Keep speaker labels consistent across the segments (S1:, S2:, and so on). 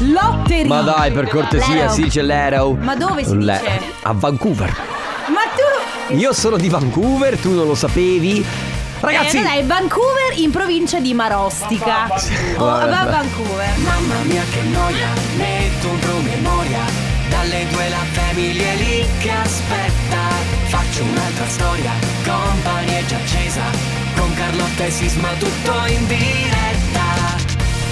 S1: Lotteria.
S2: Ma dai, per cortesia,
S1: Lero.
S2: sì, c'è l'Ero.
S1: Ma dove si dice?
S2: A Vancouver.
S1: Ma tu
S2: Io sono di Vancouver, tu non lo sapevi. Ragazzi,
S1: Eh, non è Vancouver in provincia di Marostica. Oh,
S2: Vabbè,
S1: va a
S2: vabbè.
S1: Vancouver.
S3: Mamma mia che noia, metto un promemoria Dalle due la famiglia è lì che aspetta Faccio un'altra storia, company è già accesa Con Carlotta e Sisma tutto in diretta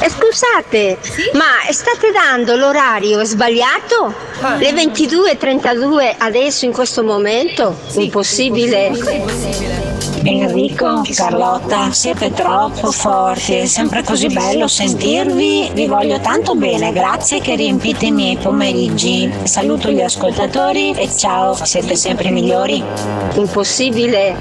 S4: Eh, Scusate, ma state dando l'orario sbagliato?
S5: Ah.
S4: Le 22.32 adesso in questo momento? impossibile.
S6: Enrico, Carlotta, siete troppo forti, è sempre così bello sentirvi, vi voglio tanto bene, grazie che riempite i miei pomeriggi. Saluto gli ascoltatori e ciao, siete sempre i migliori.
S4: Impossibile.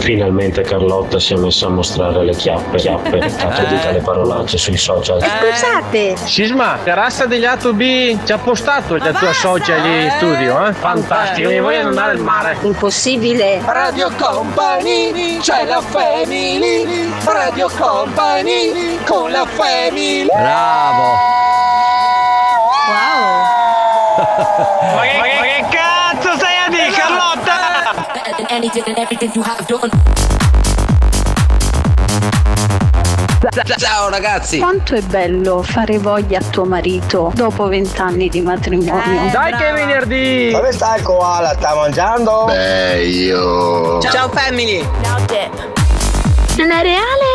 S7: Finalmente Carlotta si è messa a mostrare le chiappe, chiappe, tanto dica le parolacce sui social.
S5: Eh.
S4: Eh, Scusate,
S8: Sisma, terrazza degli A2B, ci ha postato la tua socia lì in studio, eh? Fantastico, mi voglio andare al mare.
S4: impossibile.
S3: Radio Company, c'è la family Radio Company, con la family
S2: bravo.
S1: Wow.
S8: Ma che, cazzo sei a dire, Carlotta?
S3: Ciao ragazzi
S9: Quanto è bello fare voglia a tuo marito dopo vent'anni di matrimonio.
S1: Eh,
S8: Dai che
S1: brava.
S8: è venerdì!
S10: Dove sta il koala? Sta mangiando?
S11: Beh, io.
S3: Ciao family
S9: Non è reale!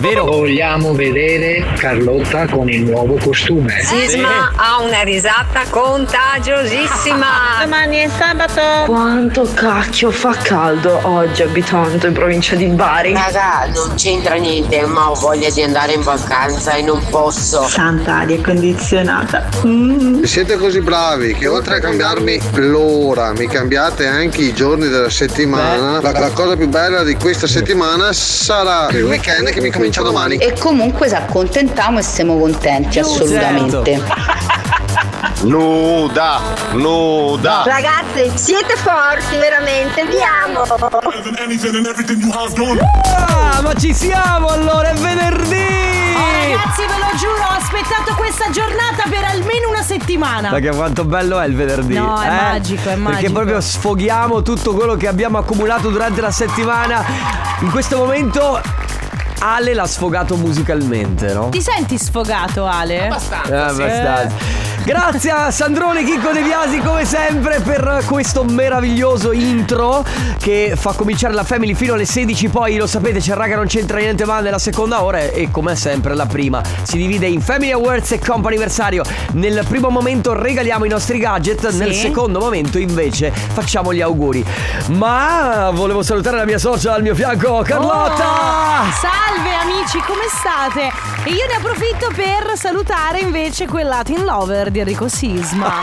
S2: Vero?
S8: Vogliamo vedere Carlotta con il nuovo costume.
S1: Eh.
S2: Sisma
S4: ha una risata contagiosissima.
S1: Domani è sabato.
S6: Quanto cacchio fa caldo oggi abitando in provincia di Bari.
S4: Raga, non c'entra niente, ma ho voglia di andare in vacanza e non posso.
S6: Santa aria condizionata.
S11: Siete così bravi che oltre a cambiarmi l'ora, mi cambiate anche i giorni della settimana. La, la cosa più bella di questa settimana sarà il weekend che mi comincia domani.
S9: E comunque ci accontentiamo e siamo contenti, assolutamente.
S11: Nuda, nuda.
S4: Ragazzi, siete forti, veramente, vi amo.
S2: Ah, ma ci siamo allora, è venerdì!
S1: Oh, ragazzi, ve lo giuro, ho aspettato questa giornata per almeno una settimana.
S2: Ma che quanto bello è il venerdì
S1: No, è magico, è
S2: eh? Perché
S1: magico.
S2: proprio sfoghiamo tutto quello che abbiamo accumulato durante la settimana In questo momento Ale l'ha sfogato musicalmente, no?
S1: Ti senti sfogato, Ale?
S2: Eh, abbastanza. Grazie a Sandrone Chicco De Viasi come sempre per questo meraviglioso intro che fa cominciare la Family fino alle 16, poi lo sapete c'è il raga non c'entra niente ma nella seconda ora e e come sempre la prima si divide in Family Awards e Comp Anniversario. Nel primo momento regaliamo i nostri gadget, nel secondo momento invece facciamo gli auguri. Ma volevo salutare la mia socia al mio fianco Carlotta!
S1: Oh, salve amici, come state? E io ne approfitto per salutare invece quel Latin lover di Enrico Sisma.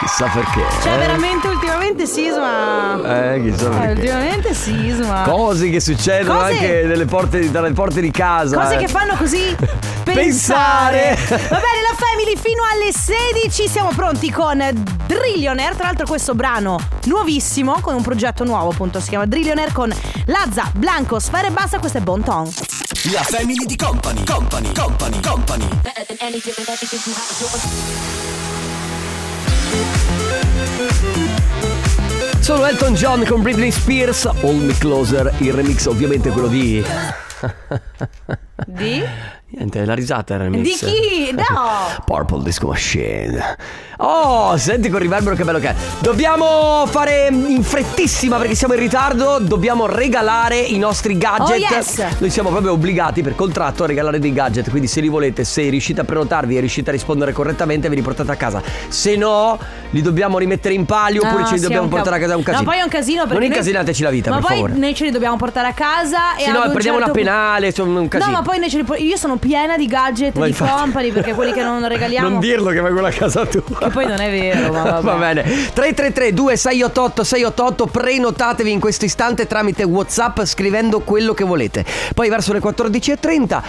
S2: Chissà perché.
S1: Cioè,
S2: eh.
S1: veramente ultimamente Sisma.
S2: Eh,
S1: Eh,
S2: chissà perché.
S1: ultimamente Sisma.
S2: Cose che succedono
S1: Ah. Cose-
S2: anche nelle porte, dalle porte di casa.
S1: Cose
S2: eh.
S1: che fanno così
S2: Pensare.
S1: pensare. Va bene, la family fino alle 16 siamo pronti con Drillionaire, tra l'altro questo brano nuovissimo con un progetto nuovo, appunto, si chiama Drillionaire con Lazza, Blanco, Sfera e Bassa, questo è Bon Ton.
S3: La family di company, company, company, company
S2: Sono Elton John con Britney Spears, Hold Me Closer, il remix ovviamente quello di...
S1: Di?
S2: Niente, la risata era il
S1: Di
S2: remix.
S1: chi? No!
S2: Purple Disco Machine. Oh, senti con riverbero che bello che è. Dobbiamo fare in frettissima perché siamo in ritardo. Dobbiamo regalare i nostri gadget.
S1: Oh, yes.
S2: Noi siamo proprio obbligati per contratto a regalare dei gadget. Quindi, se li volete, se riuscite a prenotarvi e riuscite a rispondere correttamente, ve li portate a casa. Se no, li dobbiamo rimettere in palio oppure
S1: No,
S2: ce li
S1: sì,
S2: dobbiamo
S1: è un ca-
S2: portare a casa. È un casino.
S1: No, poi è un casino perché
S2: Non
S1: noi-
S2: incasinateci la vita,
S1: ma
S2: per
S1: poi
S2: favore.
S1: noi ce li dobbiamo portare a casa e
S2: Se
S1: ad
S2: no,
S1: un
S2: prendiamo
S1: certo
S2: una penale. Insomma, un
S1: No,
S2: casino.
S1: ma poi noi ce li po- Io sono piena di gadget
S2: Ma
S1: di
S2: infatti-
S1: company perché quelli che non regaliamo.
S2: Non dirlo che vengo a casa tua.
S1: Che poi non è vero, ma vabbè.
S2: Va bene. 333 2688 688 prenotatevi in questo istante tramite WhatsApp scrivendo quello che volete. Poi verso le 14.30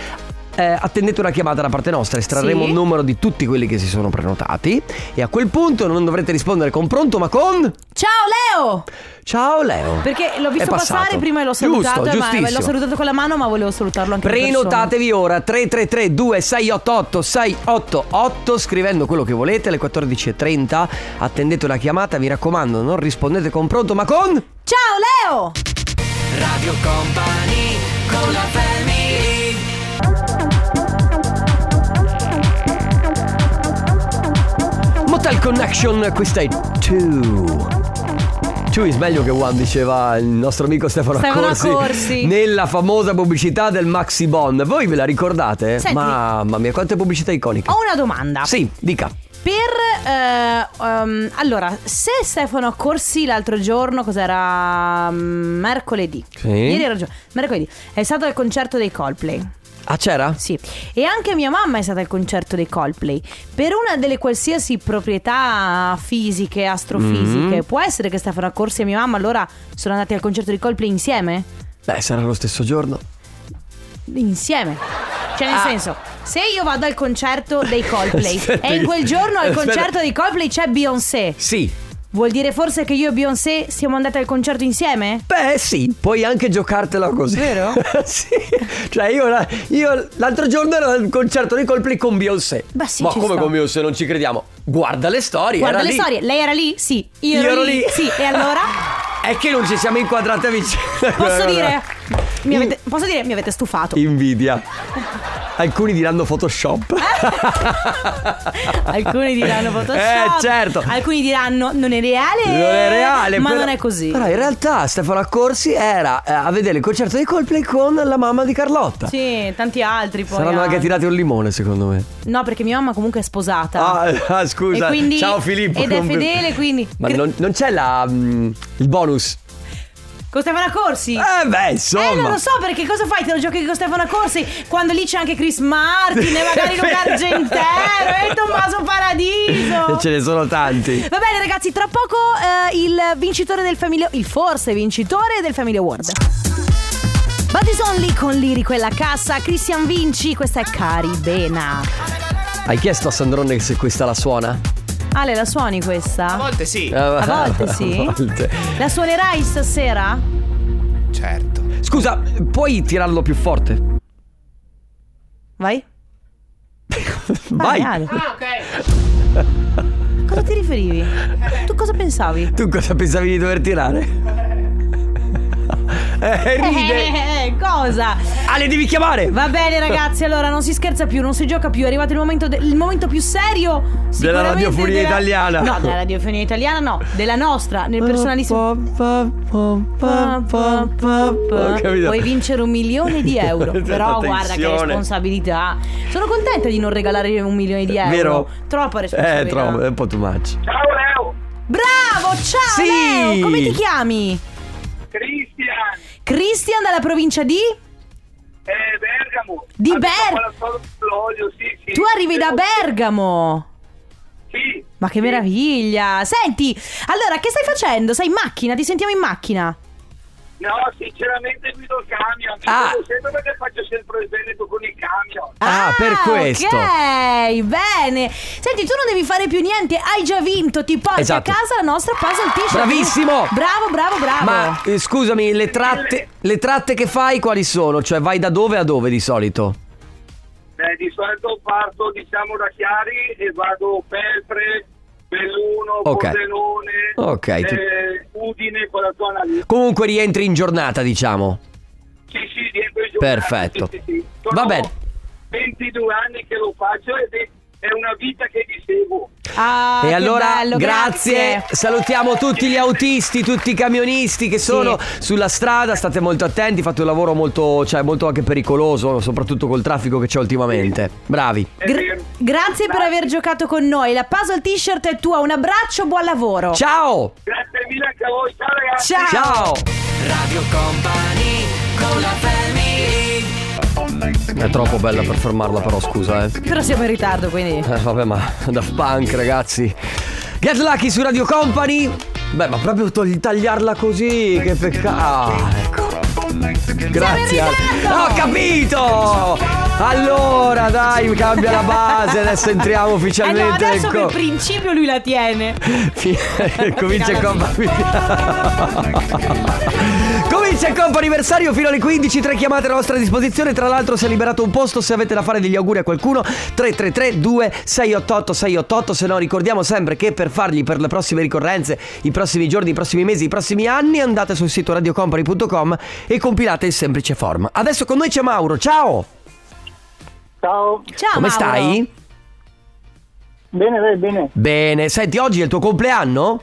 S2: eh, attendete una chiamata da parte nostra, estrarremo
S1: Sì.
S2: un numero di tutti quelli che si sono prenotati e a quel punto non dovrete rispondere con pronto ma con
S1: Ciao Leo!
S2: Ciao Leo.
S1: Perché l'ho
S2: È
S1: visto
S2: passato.
S1: passare prima e l'ho
S2: Giusto,
S1: salutato. eh, ma-
S2: giustissimo.
S1: l'ho salutato con la mano, ma volevo salutarlo anche in
S2: Prenotatevi ora 333 2688 688 scrivendo quello che volete alle 14.30 attendete una chiamata vi raccomando non rispondete con pronto ma con
S1: persona. Ciao Leo!
S3: Radio Company con la family
S2: Motel Connection questa è 2 2 is meglio che one diceva il nostro amico Stefano,
S1: Stefano
S2: Accorsi,
S1: Accorsi.
S2: nella famosa pubblicità del Maxi Bond voi ve la ricordate?
S1: Senti. Oh.
S2: mamma mia quante pubblicità iconiche
S1: Ho una domanda.
S2: sì dica
S1: Per eh, ehm, allora, se Stefano Accorsi l'altro giorno, cos'era? Mm, mercoledì.
S2: Sì.
S1: Ieri era gio- mercoledì. È stato al concerto dei Coldplay.
S2: ah c'era?
S1: Sì. E anche mia mamma è stata al concerto dei Coldplay. Per una delle qualsiasi proprietà fisiche, astrofisiche,
S2: Mm.
S1: può essere che Stefano Accorsi e mia mamma allora sono andati al concerto dei Coldplay insieme?
S2: beh sarà lo stesso giorno
S1: Insieme. Cioè, nel
S2: Ah.
S1: senso, se io vado al concerto dei Coldplay
S2: Aspetta
S1: e in
S2: che-
S1: quel giorno al
S2: aspetta.
S1: concerto dei Coldplay c'è Beyoncé,
S2: sì
S1: vuol dire forse che io e Beyoncé siamo andate al concerto insieme?
S2: Beh sì, puoi anche giocartela così Vero? sì, cioè io, la- io l'altro giorno ero al concerto dei Coldplay con Beyoncé
S1: Beh, sì,
S2: Ma
S1: ci
S2: come
S1: sta.
S2: con Beyoncé non ci crediamo? Guarda le storie,
S1: Guarda
S2: era
S1: le
S2: lì.
S1: storie, lei era lì? Sì, io, ero lì. Sì, e allora?
S2: È che non ci siamo inquadrati a vicenda
S1: Posso
S2: Guarda.
S1: dire, mi
S2: In-
S1: avete, posso dire, mi avete stufato.
S2: Invidia Alcuni diranno Photoshop
S1: Alcuni diranno Photoshop.
S2: Eh, certo.
S1: Alcuni diranno non è reale.
S2: Non è reale
S1: Ma
S2: però-
S1: non è così.
S2: Però in realtà Stefano Accorsi era eh, a vedere il concerto dei Coldplay con la mamma di Carlotta
S1: Sì, tanti altri poi.
S2: Saranno anche tirati un limone secondo me
S1: No, perché mia mamma comunque è sposata.
S2: Ah, ah, scusa.
S1: E quindi-
S2: Ciao Filippo.
S1: ed è
S2: non-
S1: fedele, quindi-
S2: Ma non, non c'è la, mm, il bonus?
S1: Con Stefano Accorsi?
S2: Eh, beh,
S1: Eh, non
S2: insomma.
S1: lo so perché cosa fai? Te lo giochi con Stefano Accorsi quando lì c'è anche Chris Martin e magari Luca Argentero e Tommaso Paradiso.
S2: Ce ne sono tanti.
S1: Va bene ragazzi, tra poco eh, il vincitore del Family il forse vincitore del Family Award. Buddies Only con Lirico e la cassa, Christian Vinci, questa è Caribena.
S2: Hai chiesto a Sandrone se questa la suona? Eh,
S1: Ale, la suoni questa?
S12: volte sì.
S1: A volte sì.
S2: A volte.
S1: La suonerai stasera?
S12: Certo.
S2: Scusa, puoi tirarlo più forte?
S1: Vai.
S2: Vai.
S1: Ale. Cosa ti riferivi? Tu cosa pensavi?
S2: Tu cosa pensavi di dover tirare? Eh, ride.
S1: Eh, cosa?
S2: Ale, devi chiamare.
S1: Va bene ragazzi, allora non si scherza più, non si gioca più, è arrivato il momento, de- il momento più serio sicuramente
S2: Della radiofonia italiana.
S1: No, della radiofonia italiana no, della nostra, nel personalissimo
S2: Ho capito.
S1: Puoi vincere un milione di euro
S2: Tanta
S1: Però guarda che
S2: tensione.
S1: responsabilità Sono contenta di non regalare un milione di euro
S2: Vero?
S1: Troppa
S2: Eh,
S1: responsabilità
S2: troppo, è un po' too much.
S1: Bravo, ciao
S2: Sì.
S1: Leo, come ti chiami?
S13: Cristian,
S1: Cristian dalla provincia di?
S13: eh, Bergamo.
S1: Di
S13: Abito
S1: Ber-
S13: qua la scuola di Florio, sì, sì.
S1: Tu arrivi da Bergamo
S13: Sì,
S1: Ma che meraviglia! Senti, allora che stai facendo? Sei in macchina? Ti sentiamo in macchina?
S13: no, sinceramente guido il camion. Mi
S2: Ah.
S13: vedo sempre perché faccio sempre il Veneto con il camion.
S2: Ah, per questo.
S1: Ok, bene. Senti, tu non devi fare più niente, hai già vinto. Ti porti
S2: Esatto.
S1: a casa la nostra puzzle t-shirt.
S2: Bravissimo!
S1: Bravo, bravo, bravo.
S2: Ma eh, scusami, le tratte, le tratte che fai quali sono? Cioè vai da dove a dove di solito?
S13: Beh, Eh, di solito parto, diciamo, da Chiari e vado Peltre, Belluno,
S2: Ok.
S13: Pordenone,
S2: Ok, ti-
S13: eh, Udine, quella zona lì.
S2: Comunque rientri in giornata, diciamo.
S13: Sì, sì, dietro i giornali,
S2: Perfetto.
S13: sì, sì, sì.
S2: Va
S13: Sono
S2: bene.
S13: 22 anni che lo faccio ed è- è una vita che vi seguo.
S1: Ah,
S2: e
S1: che
S2: allora
S1: bello,
S2: grazie.
S1: grazie.
S2: salutiamo tutti gli autisti, tutti i camionisti che sono sulla strada, state molto attenti, fate un lavoro molto, cioè, molto anche pericoloso, soprattutto col traffico che c'è ultimamente. Bravi.
S1: Gra- grazie per aver giocato con noi. La puzzle t-shirt è tua. Un abbraccio, buon lavoro.
S2: Ciao!
S13: Grazie mille anche a voi, ciao ragazzi.
S1: Ciao.
S2: Ciao!
S3: Radio Company con la family
S2: È troppo bella per fermarla però, scusa, eh.
S1: Però siamo in ritardo, quindi.
S2: Eh, vabbè, ma Daft Punk, ragazzi. Get Lucky su Radio Company. Beh, ma proprio togli- tagliarla così, che peccato. Ecco. Grazie. Ale.
S1: ritardo!
S2: Ho capito! Allora, dai, cambia la base. Adesso entriamo
S1: Eh
S2: ufficialmente.
S1: no, adesso
S2: nel
S1: per
S2: co-
S1: principio lui la tiene.
S2: Fi- Comincia il compa Comincia il compa anniversario fino alle 15, tre chiamate a nostra disposizione, tra l'altro si è liberato un posto se avete da fare degli auguri a qualcuno 333 2688 688, se no ricordiamo sempre che per farli per le prossime ricorrenze, i prossimi giorni, i prossimi mesi, i prossimi anni andate sul sito radiocompany.com e compilate il semplice form. Adesso con noi c'è Mauro, ciao!
S14: Ciao.
S1: Ciao.
S2: Come
S1: Mauro.
S2: stai?
S14: Bene, dai, bene.
S2: Bene, senti oggi è il tuo compleanno?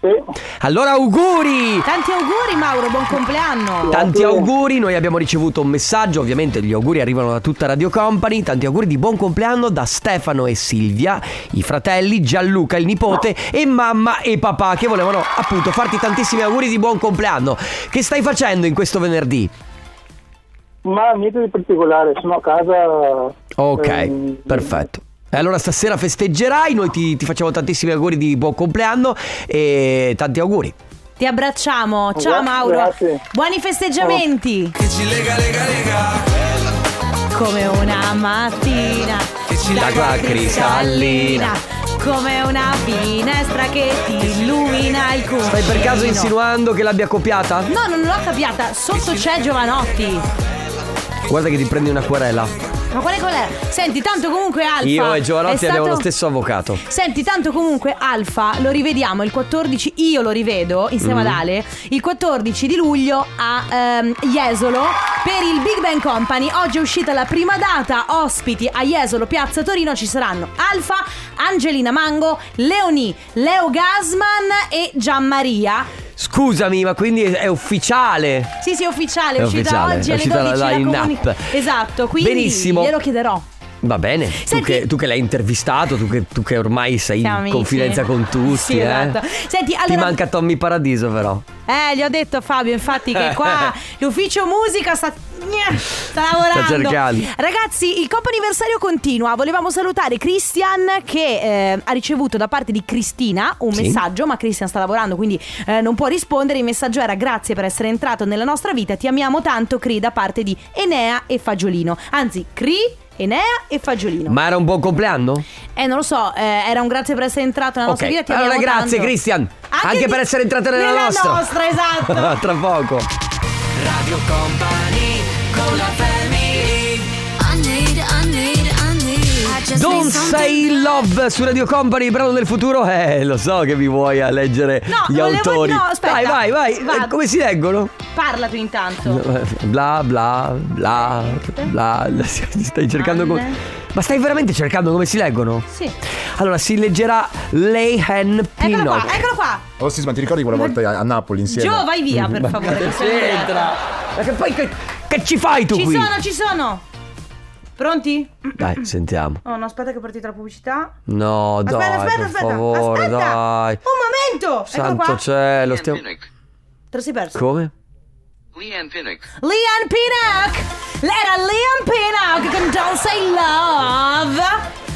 S14: Sì.
S2: Allora auguri!
S1: Tanti auguri Mauro, buon compleanno.
S2: Tanti auguri, noi abbiamo ricevuto un messaggio, ovviamente gli auguri arrivano da tutta Radio Company, tanti auguri di buon compleanno da Stefano e Silvia, i fratelli, Gianluca il nipote e mamma e papà che volevano appunto farti tantissimi auguri di buon compleanno. Che stai facendo in questo venerdì?
S14: Ma niente di particolare, sono a casa.
S2: Ok,
S14: ehm,
S2: perfetto. E Allora stasera festeggerai, noi ti, ti facciamo tantissimi auguri di buon compleanno e tanti auguri.
S1: Ti abbracciamo. Ciao
S14: Grazie,
S1: Mauro.
S14: grazie.
S1: Buoni festeggiamenti. Che ci lega, lega, lega. Come una mattina. Che
S2: ci lega cristallina.
S1: Come una finestra che ti illumina il cuore.
S2: Stai per caso insinuando che l'abbia copiata?
S1: No, non l'ho capiata. Sotto c'è Giovanotti.
S2: Guarda che ti prendi una querela.
S1: Ma quale qual è? Senti, tanto comunque Alfa.
S2: Io e Giovanotti
S1: è stato-
S2: abbiamo lo stesso avvocato.
S1: Senti, tanto comunque Alfa lo rivediamo il 14, io lo rivedo insieme ad
S2: Mm.
S1: Ale, il 14 di luglio a ehm, Jesolo per il Big Bang Company. Oggi è uscita la prima data, ospiti a Jesolo, Piazza Torino, ci saranno Alfa, Angelina Mango, Leonie, Leo Gasman e Gianmaria.
S2: Scusami, ma quindi è è ufficiale.
S1: Sì, sì, ufficiale,
S2: È
S1: è uscita
S2: ufficiale,
S1: oggi
S2: è
S1: alle
S2: uscita
S1: 12
S2: la
S1: la
S2: line
S1: comuni-
S2: up.
S1: Esatto, quindi
S2: Benissimo.
S1: glielo chiederò.
S2: Va bene, tu che, tu che l'hai intervistato, tu che, tu che ormai sei
S1: Siamo
S2: in
S1: amici.
S2: confidenza con tutti,
S1: Sì,
S2: eh.
S1: esatto. Senti,
S2: Ti
S1: allora-
S2: manca Tommy Paradiso, però.
S1: Eh, gli ho detto a Fabio, infatti, che qua l'ufficio musica sta. Sta lavorando.
S2: cercando.
S1: Ragazzi, il compo anniversario continua. Volevamo salutare Christian che eh, ha ricevuto da parte di Cristina un
S15: Sì.
S1: messaggio, ma Christian sta lavorando, quindi eh, non può rispondere. Il messaggio era grazie per essere entrato nella nostra vita. Ti amiamo tanto, Cri, da parte di Enea e Fagiolino. Anzi, Cri, Enea e Fagiolino.
S2: Ma era un buon compleanno?
S1: Eh, non lo so, eh, era un grazie per essere entrato nella nostra
S2: ok,
S1: vita. Ti
S2: allora
S1: amiamo
S2: grazie
S1: tanto.
S2: Christian. Anche,
S1: di-
S2: per essere entrato nella,
S1: nella
S2: nostra.
S1: nostra, esatto.
S2: Tra poco.
S3: Radio Company con la family
S2: Don't say love su Radio Company, il brano del futuro. Eh, lo so che mi vuoi a leggere
S1: No,
S2: gli
S1: volevo-
S2: autori.
S1: no, aspetta.
S2: Vai, vai, vai.
S1: Vado.
S2: Eh, Come si leggono?
S1: Parla tu intanto.
S2: Bla bla bla bla. Stai cercando come. Ma stai veramente cercando come si leggono?
S1: Sì.
S2: Allora si leggerà Leyhen
S1: Eccolo
S2: Pinnock.
S1: qua, eccolo qua.
S16: Oh Sisma, ti ricordi quella volta a- a Napoli insieme?
S1: Gio, vai via, per
S16: Ma-
S1: favore, che sono
S2: C'entra. Ma che poi che, che ci fai tu
S1: Ci
S2: qui?
S1: sono, ci sono. Pronti?
S2: Dai, sentiamo.
S1: Oh no, aspetta che è partita la pubblicità.
S2: No,
S1: Aspetta,
S2: dai,
S1: aspetta,
S2: per
S1: aspetta,
S2: favore,
S1: aspetta.
S2: dai.
S1: Un momento! Eccolo
S2: Santo
S1: qua.
S2: cielo, stiamo.
S1: Te lo sei perso.
S2: Come?
S3: Liam Pinnock
S1: Liam Pinnock! Era Liam Pinnock con Don't Say Love.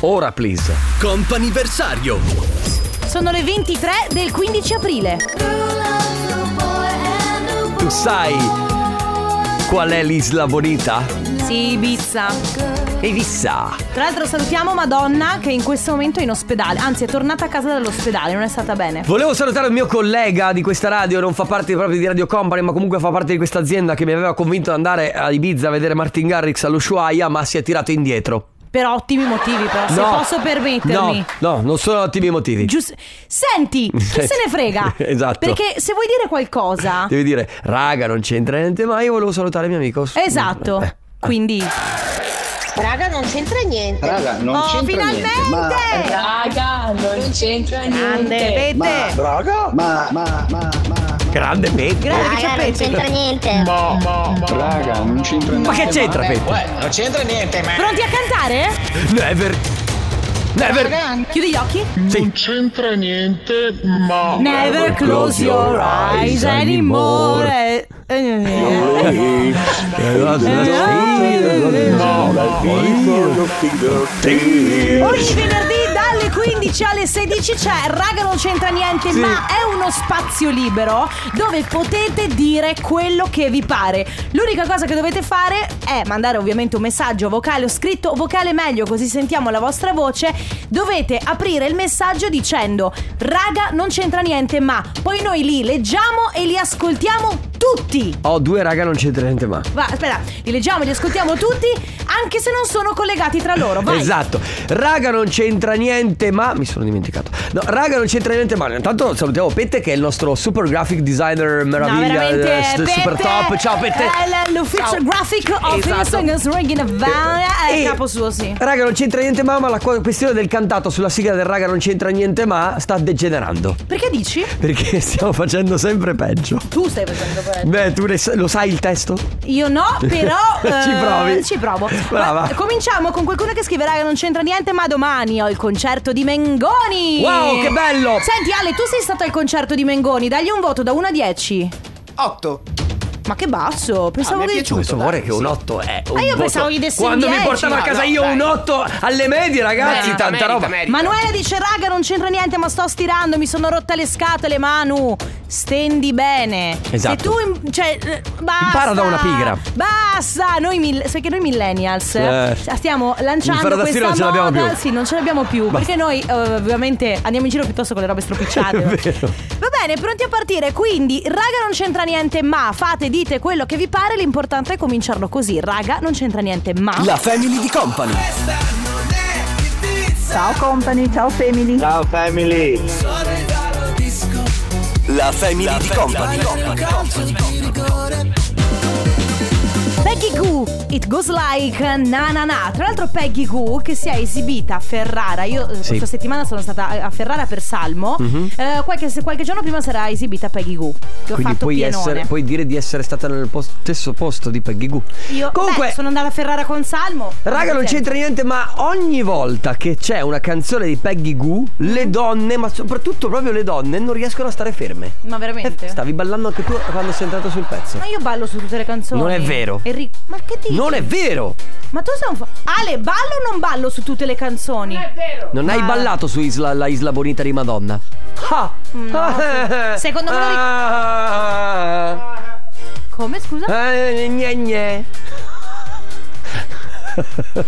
S2: Ora, please. Comp'anniversario.
S1: Sono le 23 del 15 aprile.
S2: Tu sai qual è l'Isla Bonita?
S1: Sì, Ibiza.
S2: Ibiza.
S1: Tra l'altro salutiamo Madonna che in questo momento è in ospedale, anzi è tornata a casa dall'ospedale, non è stata bene.
S2: Volevo salutare un mio collega di questa radio, non fa parte proprio di Radio Company, ma comunque fa parte di questa azienda che mi aveva convinto ad andare a Ibiza a vedere Martin Garrix all'Ushuaia, ma si è tirato indietro.
S1: Per ottimi motivi però, se
S2: No.
S1: posso permettermi.
S2: No, no, non sono ottimi i motivi.
S1: Gius- Senti, chi se ne frega?
S2: Esatto.
S1: Perché se vuoi dire qualcosa...
S2: Devi dire, raga, non c'entra niente, ma io volevo salutare mio amico.
S1: Esatto.
S2: Eh,
S1: Quindi...
S5: Raga, non c'entra niente.
S2: Raga, non
S5: oh,
S2: c'entra
S5: finalmente.
S2: niente, ma-
S5: Raga, non c'entra niente.
S2: raga? Ma, ma, ma, ma. Grande Pete.
S5: niente.
S2: Raga, non c'entra Ma che c'entra Pete?
S5: non c'entra niente, ma.
S1: Pronti a cantare?
S2: Never. Never.
S1: Chiudi gli occhi.
S2: Non
S5: c'entra niente, ma.
S1: Never close your eyes anymore. Eh, eh, eh.
S2: Ogni
S1: venerdì dalle 15 alle 16 c'è Raga non c'entra niente
S2: Sì.
S1: ma è uno spazio libero dove potete dire quello che vi pare L'unica cosa che dovete fare è mandare ovviamente un messaggio vocale o scritto o vocale meglio così sentiamo la vostra voce Dovete aprire il messaggio dicendo Raga non c'entra niente ma Poi noi li leggiamo e li ascoltiamo tutti
S2: Ho due raga, non c'entra niente ma.
S1: Va, aspetta, li leggiamo, li ascoltiamo tutti, anche se non sono collegati tra loro. Ah, Vai.
S2: Esatto. Raga non c'entra niente, ma mi sono dimenticato. No, raga non c'entra niente, ma intanto salutiamo Pette che è il nostro super graphic designer
S1: No,
S2: meraviglia,
S1: veramente, Eh,
S2: eh, s- super
S1: Pete
S2: top. Ciao Pette.
S1: è l- L'ufficio
S2: Ciao.
S1: grafico
S2: Esatto.
S1: office esatto. in Havana eh, è
S2: E-
S1: il capo suo, sì.
S2: Raga non c'entra niente ma, ma la co- questione del cantato sulla sigla del raga non c'entra niente ma sta degenerando.
S1: Perché dici?
S2: Perché stiamo facendo sempre peggio.
S1: Tu stai facendo quello.
S2: Beh, tu ne sa- lo sai il testo?
S1: Io no, però
S2: Ci
S1: eh,
S2: provi.
S1: Ci provo.
S2: Brava.
S1: Ma cominciamo con qualcuno che scriverà che non c'entra niente, ma domani ho il concerto di Mengoni.
S2: Wow, che bello!
S1: Senti Ale, tu sei stato al concerto di Mengoni, dagli un voto da 1 a 10.
S12: 8.
S1: Ma che basso,
S2: Ah,
S1: pensavo che
S2: Questo amore che un 8 è un
S1: Ma Ah, io
S2: voto.
S1: pensavo gli dessi un
S2: Quando mi
S1: 10.
S2: portavo a
S1: No,
S2: casa
S1: no,
S2: io
S1: dai.
S2: un 8 alle medie, ragazzi,
S12: Merita,
S2: tanta
S12: merita,
S2: roba.
S12: merita.
S1: Manuela dice raga non c'entra niente ma sto stirando mi sono rotta le scatole Manu stendi bene se
S2: Esatto.
S1: tu im- cioè eh, basta
S2: Impara da una pigra.
S1: basta noi mill- sai che noi millennials cioè,
S2: Eh.
S1: stiamo lanciando
S2: Impara da
S1: questa
S2: stiro non ce l'abbiamo
S1: moda
S2: più.
S1: sì non ce l'abbiamo più
S2: Basta.
S1: perché noi eh, ovviamente andiamo in giro piuttosto con le robe stropicciate
S2: È vero.
S1: va bene pronti a partire quindi raga non c'entra niente ma fate dite quello che vi pare l'importante è cominciarlo così raga non c'entra niente ma
S2: family di company.
S15: Ciao company, ciao family.
S10: Ciao family.
S2: La family di company.
S1: Peggy Goo, It Goes Like eh, Na Na Na. Tra l'altro Peggy Goo che si è esibita a Ferrara. Io eh,
S17: Sì.
S1: questa settimana sono stata a- a Ferrara per Salmo.
S2: Mhm.
S1: Eh, qualche, se- qualche giorno prima sarà esibita Peggy Goo. Che ho
S2: Quindi
S1: fatto
S2: puoi,
S1: pienone.
S2: essere- puoi dire di essere stata nel pos- stesso posto di Peggy Goo.
S1: Io
S2: Comunque-
S1: beh, sono andata a Ferrara con Salmo.
S2: Raga, non c'entra niente, ma ogni volta che c'è una canzone di Peggy Goo,
S1: Mm.
S2: le donne, ma soprattutto proprio le donne, non riescono a stare ferme. Eh,
S1: Ma veramente?
S2: Stavi ballando anche tu quando sei entrato sul pezzo.
S1: Ma io ballo su tutte le canzoni.
S2: Non è vero.
S1: Enrico, ma che dici?
S2: Non è vero!
S1: Ma tu sei un. fa- Ale, ballo o non ballo su tutte le canzoni? Non è vero.
S2: Non hai ballato su Isla, la Isla Bonita di Madonna. Ah!
S1: Mm, No, sì. Secondo me lo ric- Come scusa?
S2: Ah! Eh, gne, gne.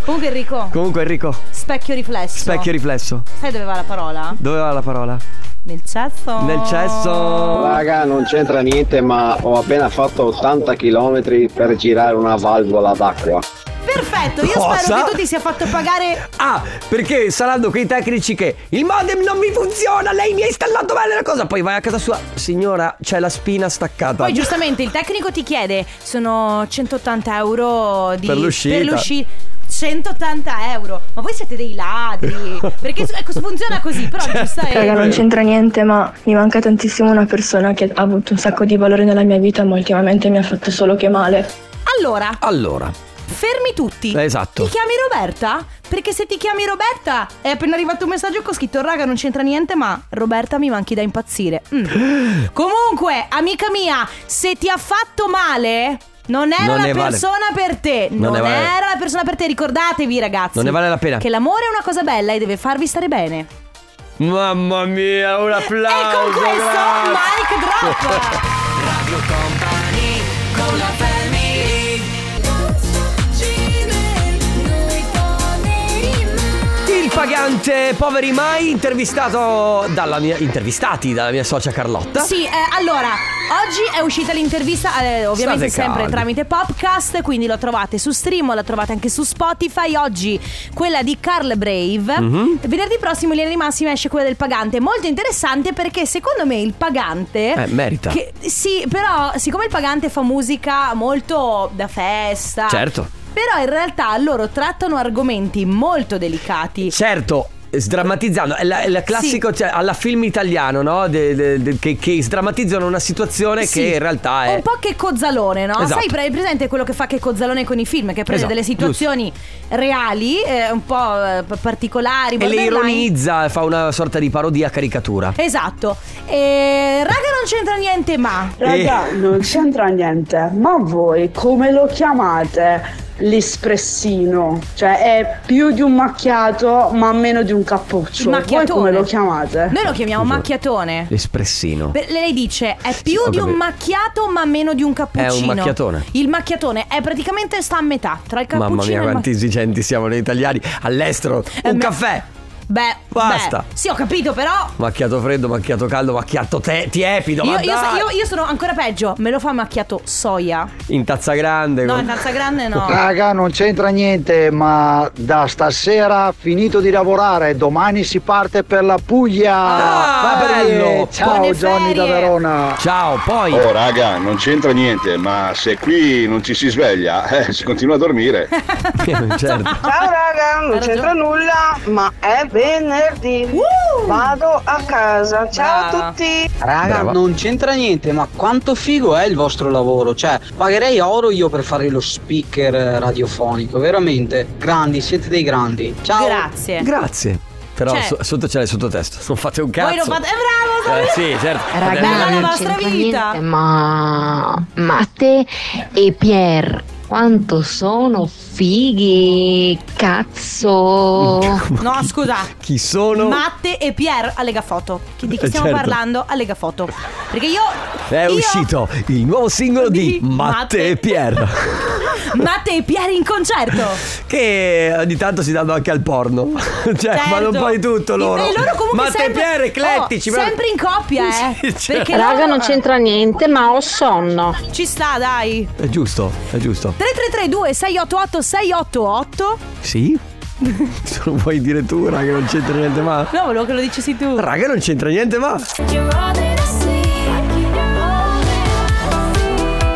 S1: Comunque Enrico,
S2: Comunque Enrico,
S1: specchio riflesso.
S2: specchio riflesso.
S1: Sai dove va la parola?
S2: Dove va la parola?
S1: Nel cesso.
S2: Nel cesso.
S10: Raga, non c'entra niente, ma ho appena fatto 80 km per girare una valvola d'acqua.
S1: Perfetto, io
S2: Cosa?
S1: spero che tu ti sia fatto pagare.
S2: Ah, perché saranno quei tecnici che il modem non mi funziona, lei mi ha installato male la cosa. Poi vai a casa sua, signora, c'è la spina staccata.
S1: Poi giustamente il tecnico ti chiede: sono 180 euro di,
S2: Per l'uscita.
S1: per l'usci- 180 euro. Ma voi siete dei ladri. Perché su- ecco, funziona così, però
S2: Certo.
S1: eh. giusta è.
S18: Raga, non c'entra niente, ma mi manca tantissimo una persona che ha avuto un sacco di valore nella mia vita, ma ultimamente mi ha fatto solo che male.
S1: Allora,
S2: Allora,
S1: fermi tutti.
S2: Esatto.
S1: Ti chiami Roberta? Perché se ti chiami Roberta è appena arrivato un messaggio che ho scritto raga non c'entra niente ma Roberta mi manchi da impazzire. Mm. Comunque, amica mia, se ti ha fatto male non era
S2: Non
S1: la
S2: ne vale.
S1: persona per te.
S2: Non
S1: Non,
S2: ne vale.
S1: era la persona per te, ricordatevi ragazzi.
S2: Non ne vale la pena.
S1: Che l'amore è una cosa bella e deve farvi stare bene.
S2: mamma mia, un applauso.
S1: e con questo
S2: grazie.
S1: Mike Drop.
S3: Radio Company con la family
S2: Il pagante Poveri Mai intervistato dalla mia intervistati dalla mia socia Carlotta.
S1: Sì, eh, allora, oggi è uscita l'intervista, eh, ovviamente
S2: State
S1: sempre
S2: calmi.
S1: tramite podcast, quindi la trovate su Stream, la trovate anche su Spotify. Oggi quella di Carl Brave.
S2: Mhm.
S1: Venerdì prossimo, in linea di massima, esce quella del pagante. Molto interessante perché secondo me il pagante...
S2: Eh, merita.
S1: che- sì, però siccome il pagante fa musica molto da festa...
S2: Certo.
S1: Però in realtà loro trattano argomenti molto delicati.
S2: Certo. Sdrammatizzando, è la- è la classico cioè, alla film italiano, no? De- de- de- che, che sdrammatizzano una situazione
S1: Sì.
S2: che in realtà è.
S1: Un po' che Cozzalone, no?
S2: Esatto.
S1: Sai, pre- presente quello che fa che Cozzalone con i film, che prende
S2: Esatto,
S1: delle situazioni reali, eh, un po' eh, p- particolari,
S2: E le
S1: borderline.
S2: ironizza, fa una sorta di parodia caricatura.
S1: Esatto. E, raga, non c'entra niente, ma.
S2: Raga,
S19: non c'entra niente, ma voi come lo chiamate?
S17: l'espressino, cioè è più di un macchiato ma meno di un cappuccio.
S1: Il
S17: Voi
S1: macchiatone.
S17: come lo chiamate?
S1: Noi lo chiamiamo macchiatone.
S2: Eh, L'espressino.
S1: Beh, lei dice è più
S2: ho
S1: di un
S2: capito.
S1: macchiato ma meno di un cappuccino.
S2: macchiatone.
S1: Il macchiatone è praticamente sta a metà tra il cappuccino Eh,
S2: Mamma mia,
S1: e il
S2: quanti esigenti siamo noi italiani. All'estero, un
S1: ma-
S2: caffè.
S1: mac- Beh,
S2: Basta.
S1: beh, sì, ho capito, però.
S2: Macchiato freddo, macchiato caldo, macchiato te- tiepido.
S1: Io,
S2: ma
S1: io so-
S2: dai!
S1: io- io sono ancora peggio. Me lo fa macchiato soia.
S2: In tazza grande.
S1: No,
S2: con-
S1: in tazza grande
S2: Ah.
S1: no.
S20: Ah,
S19: Raga, non c'entra niente, ma da stasera finito di lavorare, domani si parte per la Puglia.
S2: Ah,
S19: Eh,
S2: bello.
S19: Ciao
S2: Buone
S19: Johnny da
S2: ferie.
S19: Verona.
S2: Ciao, poi.
S21: Oh raga, non c'entra niente, ma se qui non ci si sveglia, eh, si continua a dormire.
S2: certo.
S22: Ciao raga, non c'entra nulla, ma è venerdì. Vado a casa. Ciao
S20: Brava.
S22: a tutti.
S1: Ah,
S20: Raga,
S22: Brava.
S20: non c'entra niente, ma quanto figo è il vostro lavoro? Cioè, pagherei oro io per fare lo speaker eh, radiofonico, veramente. Grandi, siete dei grandi. Ciao.
S1: Grazie.
S2: Grazie. Però
S1: Cioè-
S2: so- sotto c'è il sottotesto. Non fate un cazzo.
S1: Voi lo fate. Eh, bravo, sono
S2: Eh, sì, certo.
S23: Raga,
S2: Adesso-
S23: non
S1: vostra
S23: c'entra
S1: vita.
S23: niente, ma Matte e Pier quanto sono fighi, cazzo.
S1: No, scusa.
S2: Chi sono?
S1: Matte e Pierre a Lega Foto. Chi- Di chi
S2: Eh,
S1: stiamo
S2: certo.
S1: parlando? A Lega Foto. Perché io.
S2: È
S1: io-
S2: uscito il nuovo singolo di Matte e Pierre.
S1: Matte e Pierre in concerto.
S2: che ogni tanto si danno anche al porno. cioè, fanno un po' di tutto loro.
S1: Certo. E loro comunque
S2: Matte
S1: sempre,
S2: e Pierre eclettici.
S1: oh,
S2: ma-
S1: sempre in coppia, eh.
S2: Sì, certo.
S1: Perché
S2: Raga,
S1: loro-
S2: non c'entra
S23: niente, ma ho sonno.
S1: Ci sta, dai.
S2: È giusto, è giusto.
S1: 3332 688 688
S2: Sì? Se lo vuoi dire tu, raga, non c'entra niente ma.
S1: No, volevo che lo dicessi tu.
S2: Raga, non c'entra niente ma.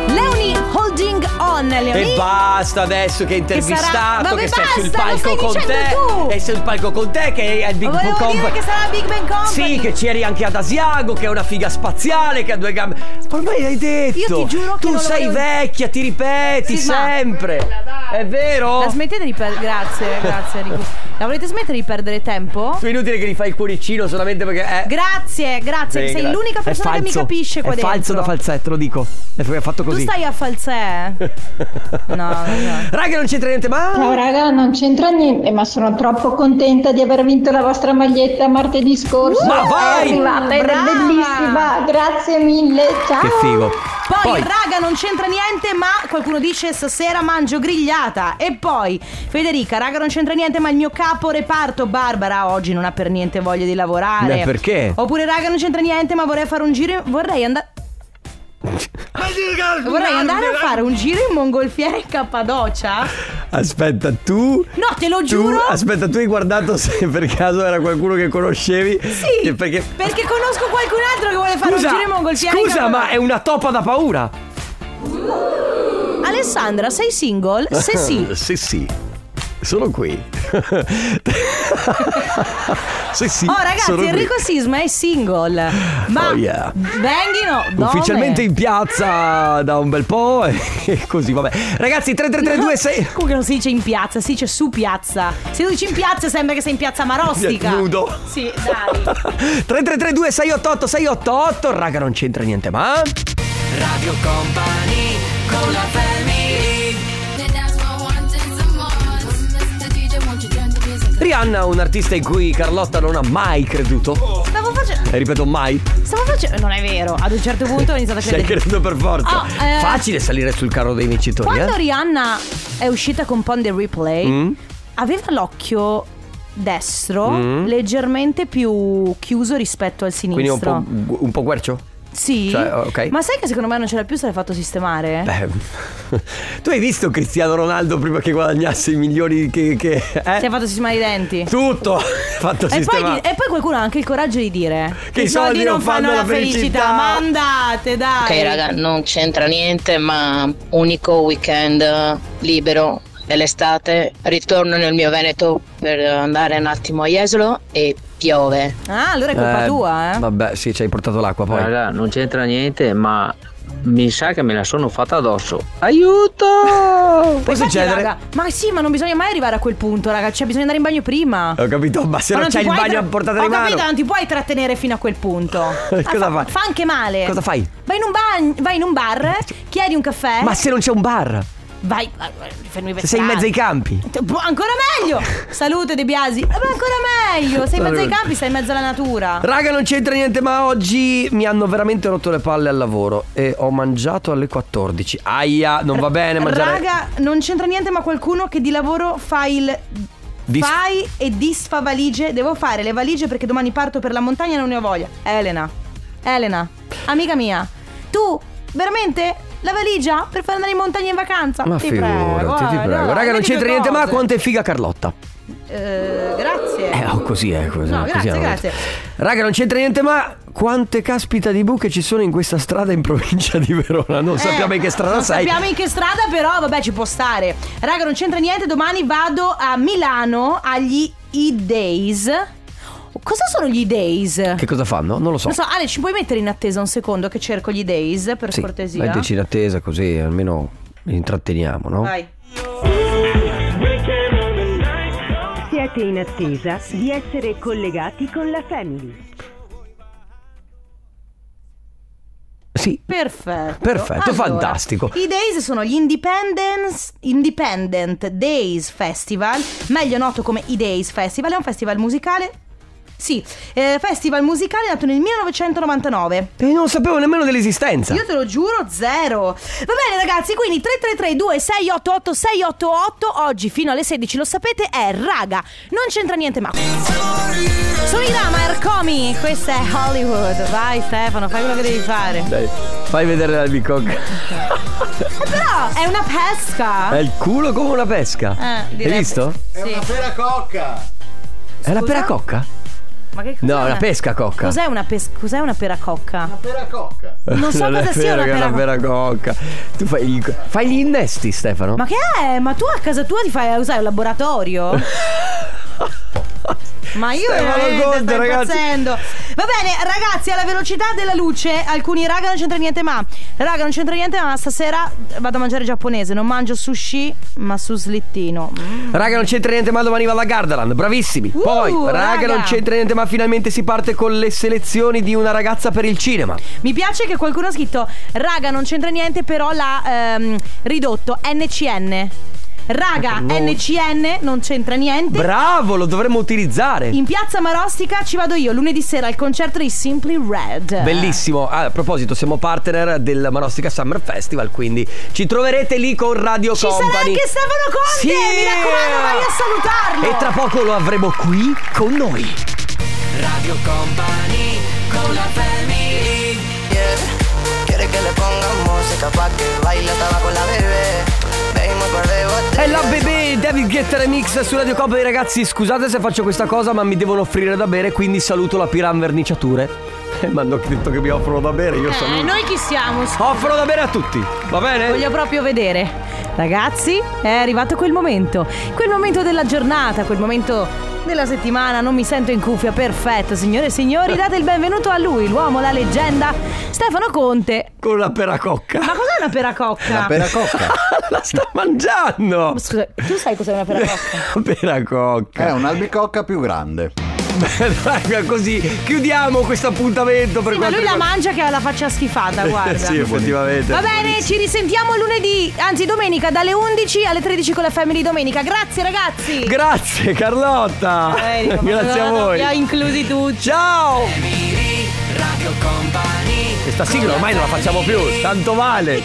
S1: Leoni Holding On, Leoni.
S2: E basta adesso che hai
S1: Che sarà-
S2: intervistato,
S1: Vabbè,
S2: che sei
S1: basta,
S2: sul
S1: lo
S2: palco
S1: stai
S2: con
S1: dicendo
S2: te.
S1: tu.
S2: E sul palco con te che è il Big
S1: Volevo
S2: Book
S1: dire
S2: Company.
S1: che sarà Big Bang Company.
S2: Sì, che c'eri anche ad Asiago, che è una figa spaziale, che ha due gambe. Ormai l'hai detto.
S1: Io ti giuro che
S2: tu
S1: non lo
S2: sei
S1: volevo-
S2: vecchia, ti ripeti
S1: Sì, ma-
S2: sempre. È vero?
S1: La smettete di perdere. Grazie, grazie, Rico. La volete smettere di perdere tempo?
S2: Tu è inutile che gli fai il cuoricino solamente perché è.
S1: Grazie, grazie.
S2: Sì,
S1: Sei
S2: grazie.
S1: l'unica
S2: È
S1: persona che mi
S2: falso.
S1: capisce qua
S2: È
S1: dentro.
S2: falso da falsetto, lo dico. È f- è fatto
S1: Tu
S2: così.
S1: stai a falsè. eh? No, no.
S2: Raga, non c'entra niente, ma.
S24: No raga, non c'entra niente, ma sono troppo contenta di aver vinto la vostra maglietta martedì scorso.
S2: Ma
S24: È
S2: vai!
S24: arrivata ed è
S1: Brava!
S24: bellissima. Ah, Grazie mille, ciao.
S2: Che figo.
S1: Poi,
S2: Poi-
S1: raga, non c'entra niente, ma qualcuno dice stasera mangio grigliata. E poi, Federica, raga, non c'entra niente, ma il mio capo reparto, Barbara, oggi non ha per niente voglia di lavorare.
S2: Ma perché?
S1: Oppure, raga, non c'entra niente, ma vorrei fare un giro. Vorrei andare. Vorrei andare a fare un giro in mongolfiera in Cappadocia.
S2: Aspetta, tu.
S1: No, te lo
S2: tu-
S1: giuro.
S2: Aspetta, tu hai guardato se per caso era qualcuno che conoscevi?
S1: Sì.
S2: E Perché.
S1: Perché conosco qualcun altro che vuole fare
S2: Scusa,
S1: un giro in mongolfiera. in
S2: scusa, ma
S1: Cappadocia.
S2: è una toppa da paura.
S1: Alessandra, sei single? Se sì.
S2: sì, sì. Sono qui. sì, sì.
S1: oh ragazzi,
S2: sono qui.
S1: Enrico Sisma è single. Ma
S2: Oh, yeah.
S1: venghino dove?
S2: Ufficialmente in piazza da un bel po' e, e così, vabbè. Ragazzi, 3332
S1: Comunque non si dice in piazza, si dice su piazza. Se tu dici in piazza sembra che sei in piazza Marostica.
S2: Nudo.
S1: Sì, dai.
S2: 3332 688 688 Raga, non c'entra niente, ma...
S3: Radio Company con la family
S2: Rihanna, un artista in cui Carlotta non ha mai creduto.
S1: Stavo facendo
S2: E ripeto, mai.
S1: Stavo facendo non è vero, ad un certo punto ho iniziato a
S2: Ci hai
S1: credere.
S2: creduto per forza.
S1: Oh, eh.
S2: Facile salire sul carro dei vincitori,
S1: Quando
S2: eh?
S1: Rihanna è uscita con Pond the Replay,
S2: Mm.
S1: aveva l'occhio destro
S2: Mm.
S1: leggermente più chiuso rispetto al
S2: Quindi è
S1: sinistro.
S2: un po', un po' guercio?
S1: Sì.
S2: Cioè, ok.
S1: Ma sai che secondo me non c'era più, se l'hai fatto sistemare?
S2: Beh, tu hai visto Cristiano Ronaldo prima che guadagnasse i milioni che... che eh?
S1: Si è fatto sistemare i denti.
S2: Tutto fatto
S1: E poi,
S2: sistemare.
S1: di- e poi qualcuno ha anche il coraggio di dire
S2: Che i soldi non fanno la felicità.
S1: Ma andate, dai.
S25: Ok raga, non c'entra niente, ma unico weekend eh, libero dell'estate. Ritorno nel mio Veneto per andare un attimo a Jesolo e piove.
S1: Ah, allora è colpa tua, eh.
S2: Vabbè, sì, ci hai portato l'acqua poi.
S26: Raga, non c'entra niente, ma mi sa che me la sono fatta addosso. Aiuto!
S2: Può
S1: Infatti,
S2: succedere?
S1: raga, ma sì, ma non bisogna mai arrivare a quel punto, raga. Cioè, bisogna andare in bagno prima.
S2: Ho capito, ma Eh, se non,
S1: ti
S2: c'hai il
S1: puoi
S2: bagno
S1: tra-
S2: a portata di
S1: Ho
S2: mano.
S1: capito, non ti puoi trattenere fino a quel punto. Ah,
S2: Cosa fai?
S1: Fa anche male.
S2: Cosa fai?
S1: Vai in un, bagn- vai in un bar, chiedi un caffè.
S2: Ma se non c'è un bar?
S1: Vai, vai, vai, fermi per
S2: Se sei in mezzo ai
S1: strada.
S2: campi.
S1: Boh, Ancora meglio! Salute De Biasi! Eh, Ma ancora meglio! Sei in mezzo ai
S2: Salute.
S1: campi, sei in mezzo alla natura!
S2: Raga, non c'entra niente, ma oggi mi hanno veramente rotto le palle al lavoro e ho mangiato alle 14. Aia, non va bene mangiare.
S1: Raga, non c'entra niente, ma qualcuno che di lavoro fa il.
S2: Dis-
S1: Fai e disfa valigie. Devo fare le valigie perché domani parto per la montagna e non ne ho voglia. Elena, Elena, amica mia, tu veramente la valigia per far andare in montagna in vacanza?
S2: ma
S1: ti
S2: figurati,
S1: prego,
S2: ti
S1: eh,
S2: prego.
S1: no,
S2: Raga, non
S1: vedi
S2: c'entra
S1: due
S2: niente, ma
S1: cose.
S2: quanto è figa Carlotta.
S1: Eh, grazie.
S2: Eh, oh, così è. Così,
S1: No,
S2: così
S1: grazie,
S2: hanno
S1: grazie.
S2: detto. Raga, non c'entra niente, ma quante caspita di buche ci sono in questa strada in provincia di Verona? Non sappiamo in che strada
S1: Eh, non
S2: sei.
S1: Sappiamo in che strada, però vabbè, ci può stare. Raga, non c'entra niente. Domani vado a Milano agli E-Days. Cosa sono gli E-Days?
S2: Che cosa fanno? Non lo so.
S1: Non so, Ale, ci puoi mettere in attesa un secondo che cerco gli E-Days per
S2: sì,
S1: cortesia?
S2: mettici in attesa così almeno li intratteniamo, no?
S1: Vai.
S4: Siete in attesa di essere collegati con la family.
S2: Sì.
S1: Perfetto.
S2: Perfetto,
S1: Allora,
S2: fantastico.
S1: I Days sono gli Independence, Independent Days Festival, meglio noto come i Days Festival, è un festival musicale. Sì, eh, festival musicale nato nel 1999.
S2: E non sapevo nemmeno dell'esistenza.
S1: Io te lo giuro, zero. Va bene, ragazzi, quindi 333-2688-688 oggi fino alle 16, lo sapete, è raga. Non c'entra niente, ma. Sono i Rama Ercomi. Questa è Hollywood. Vai, Stefano, fai quello che devi fare.
S2: Dai, fai vedere l'albicocca.
S1: Eh, però è una pesca.
S2: È il culo come una pesca.
S1: Eh, direi-
S2: Hai visto?
S1: Sì.
S16: pera cocca.
S2: È la peracocca?
S1: Ma che cos'è
S2: No, è una pesca cocca.
S1: Eh. Cos'è una, pes- cos'è una peracocca? Una
S16: peracocca.
S1: Non so
S2: è
S1: cosa sia
S2: vero
S1: una
S2: che è una peracocca. Tu fai, il- fai gli innesti, Stefano.
S1: Ma che è? Ma tu a casa tua ti fai usare il laboratorio? Ma io
S2: Stefano
S1: veramente
S2: Conte,
S1: sto
S2: ragazzi.
S1: impazzendo. Va bene, ragazzi, alla velocità della luce, alcuni raga non c'entra niente, ma raga non c'entra niente, ma stasera vado a mangiare giapponese, non mangio sushi, ma su slittino. Mm.
S2: Raga, non c'entra niente, ma domani va alla Gardaland. Bravissimi.
S1: Uh,
S2: Poi, raga,
S1: raga.
S2: non c'entra niente, ma finalmente si parte con le selezioni di una ragazza per il cinema.
S1: Mi piace che qualcuno ha scritto Raga, non c'entra niente, però l'ha ehm, ridotto NCN. Raga,
S2: No.
S1: NCN non c'entra niente.
S2: Bravo, lo dovremmo utilizzare.
S1: In piazza Marostica ci vado io lunedì sera al concerto di Simply Red.
S2: Bellissimo. Ah, a proposito, siamo partner del Manostica Summer Festival, quindi ci troverete lì con Radio
S1: Ci
S2: Company.
S1: sarà anche Stefano Conte,
S2: Sì!
S1: mi raccomando, vai a salutarlo.
S2: E tra poco lo avremo qui con noi.
S3: Radio Company con la family. Quiere que le ponga música pa' que baile estaba con la bebé. Venimos por rebote.
S2: È la bebè David Guetta Remix su Radio Company, ragazzi. Scusate se faccio questa cosa, ma mi devono offrire da bere, quindi saluto la Piran Verniciature. Eh, Ma hanno detto che mi offrono da bere, io
S1: Eh,
S2: saluto.
S1: noi chi siamo? scusa?
S2: Offrono da bere a tutti, va bene?
S1: Voglio proprio vedere. Ragazzi, è arrivato quel momento. Quel momento della giornata, quel momento della settimana. Non mi sento in cuffia, perfetto. Signore e signori, date il benvenuto a lui, l'uomo, la leggenda, Stefano Conte.
S2: Con la peracocca.
S1: Ma cos'è una peracocca?
S16: peracocca.
S2: la sta mangiando.
S1: Ma Scusa, tu sai cos'è una peracocca?
S2: Peracocca.
S16: È un'albicocca più grande.
S2: Beh, raga, così chiudiamo questo appuntamento per
S1: Sì, ma
S2: quanto
S1: lui la
S2: riguarda-
S1: mangia che ha la faccia schifata, guarda.
S2: Sì, effettivamente.
S1: Va bene, ci risentiamo lunedì, anzi domenica dalle 11 alle 13 con la Family Domenica. Grazie ragazzi.
S2: Grazie Carlotta.
S1: Eh,
S2: Grazie a voi.
S1: Li ha inclusi tutti.
S2: Ciao. Questa sigla ormai non la facciamo più, tanto vale.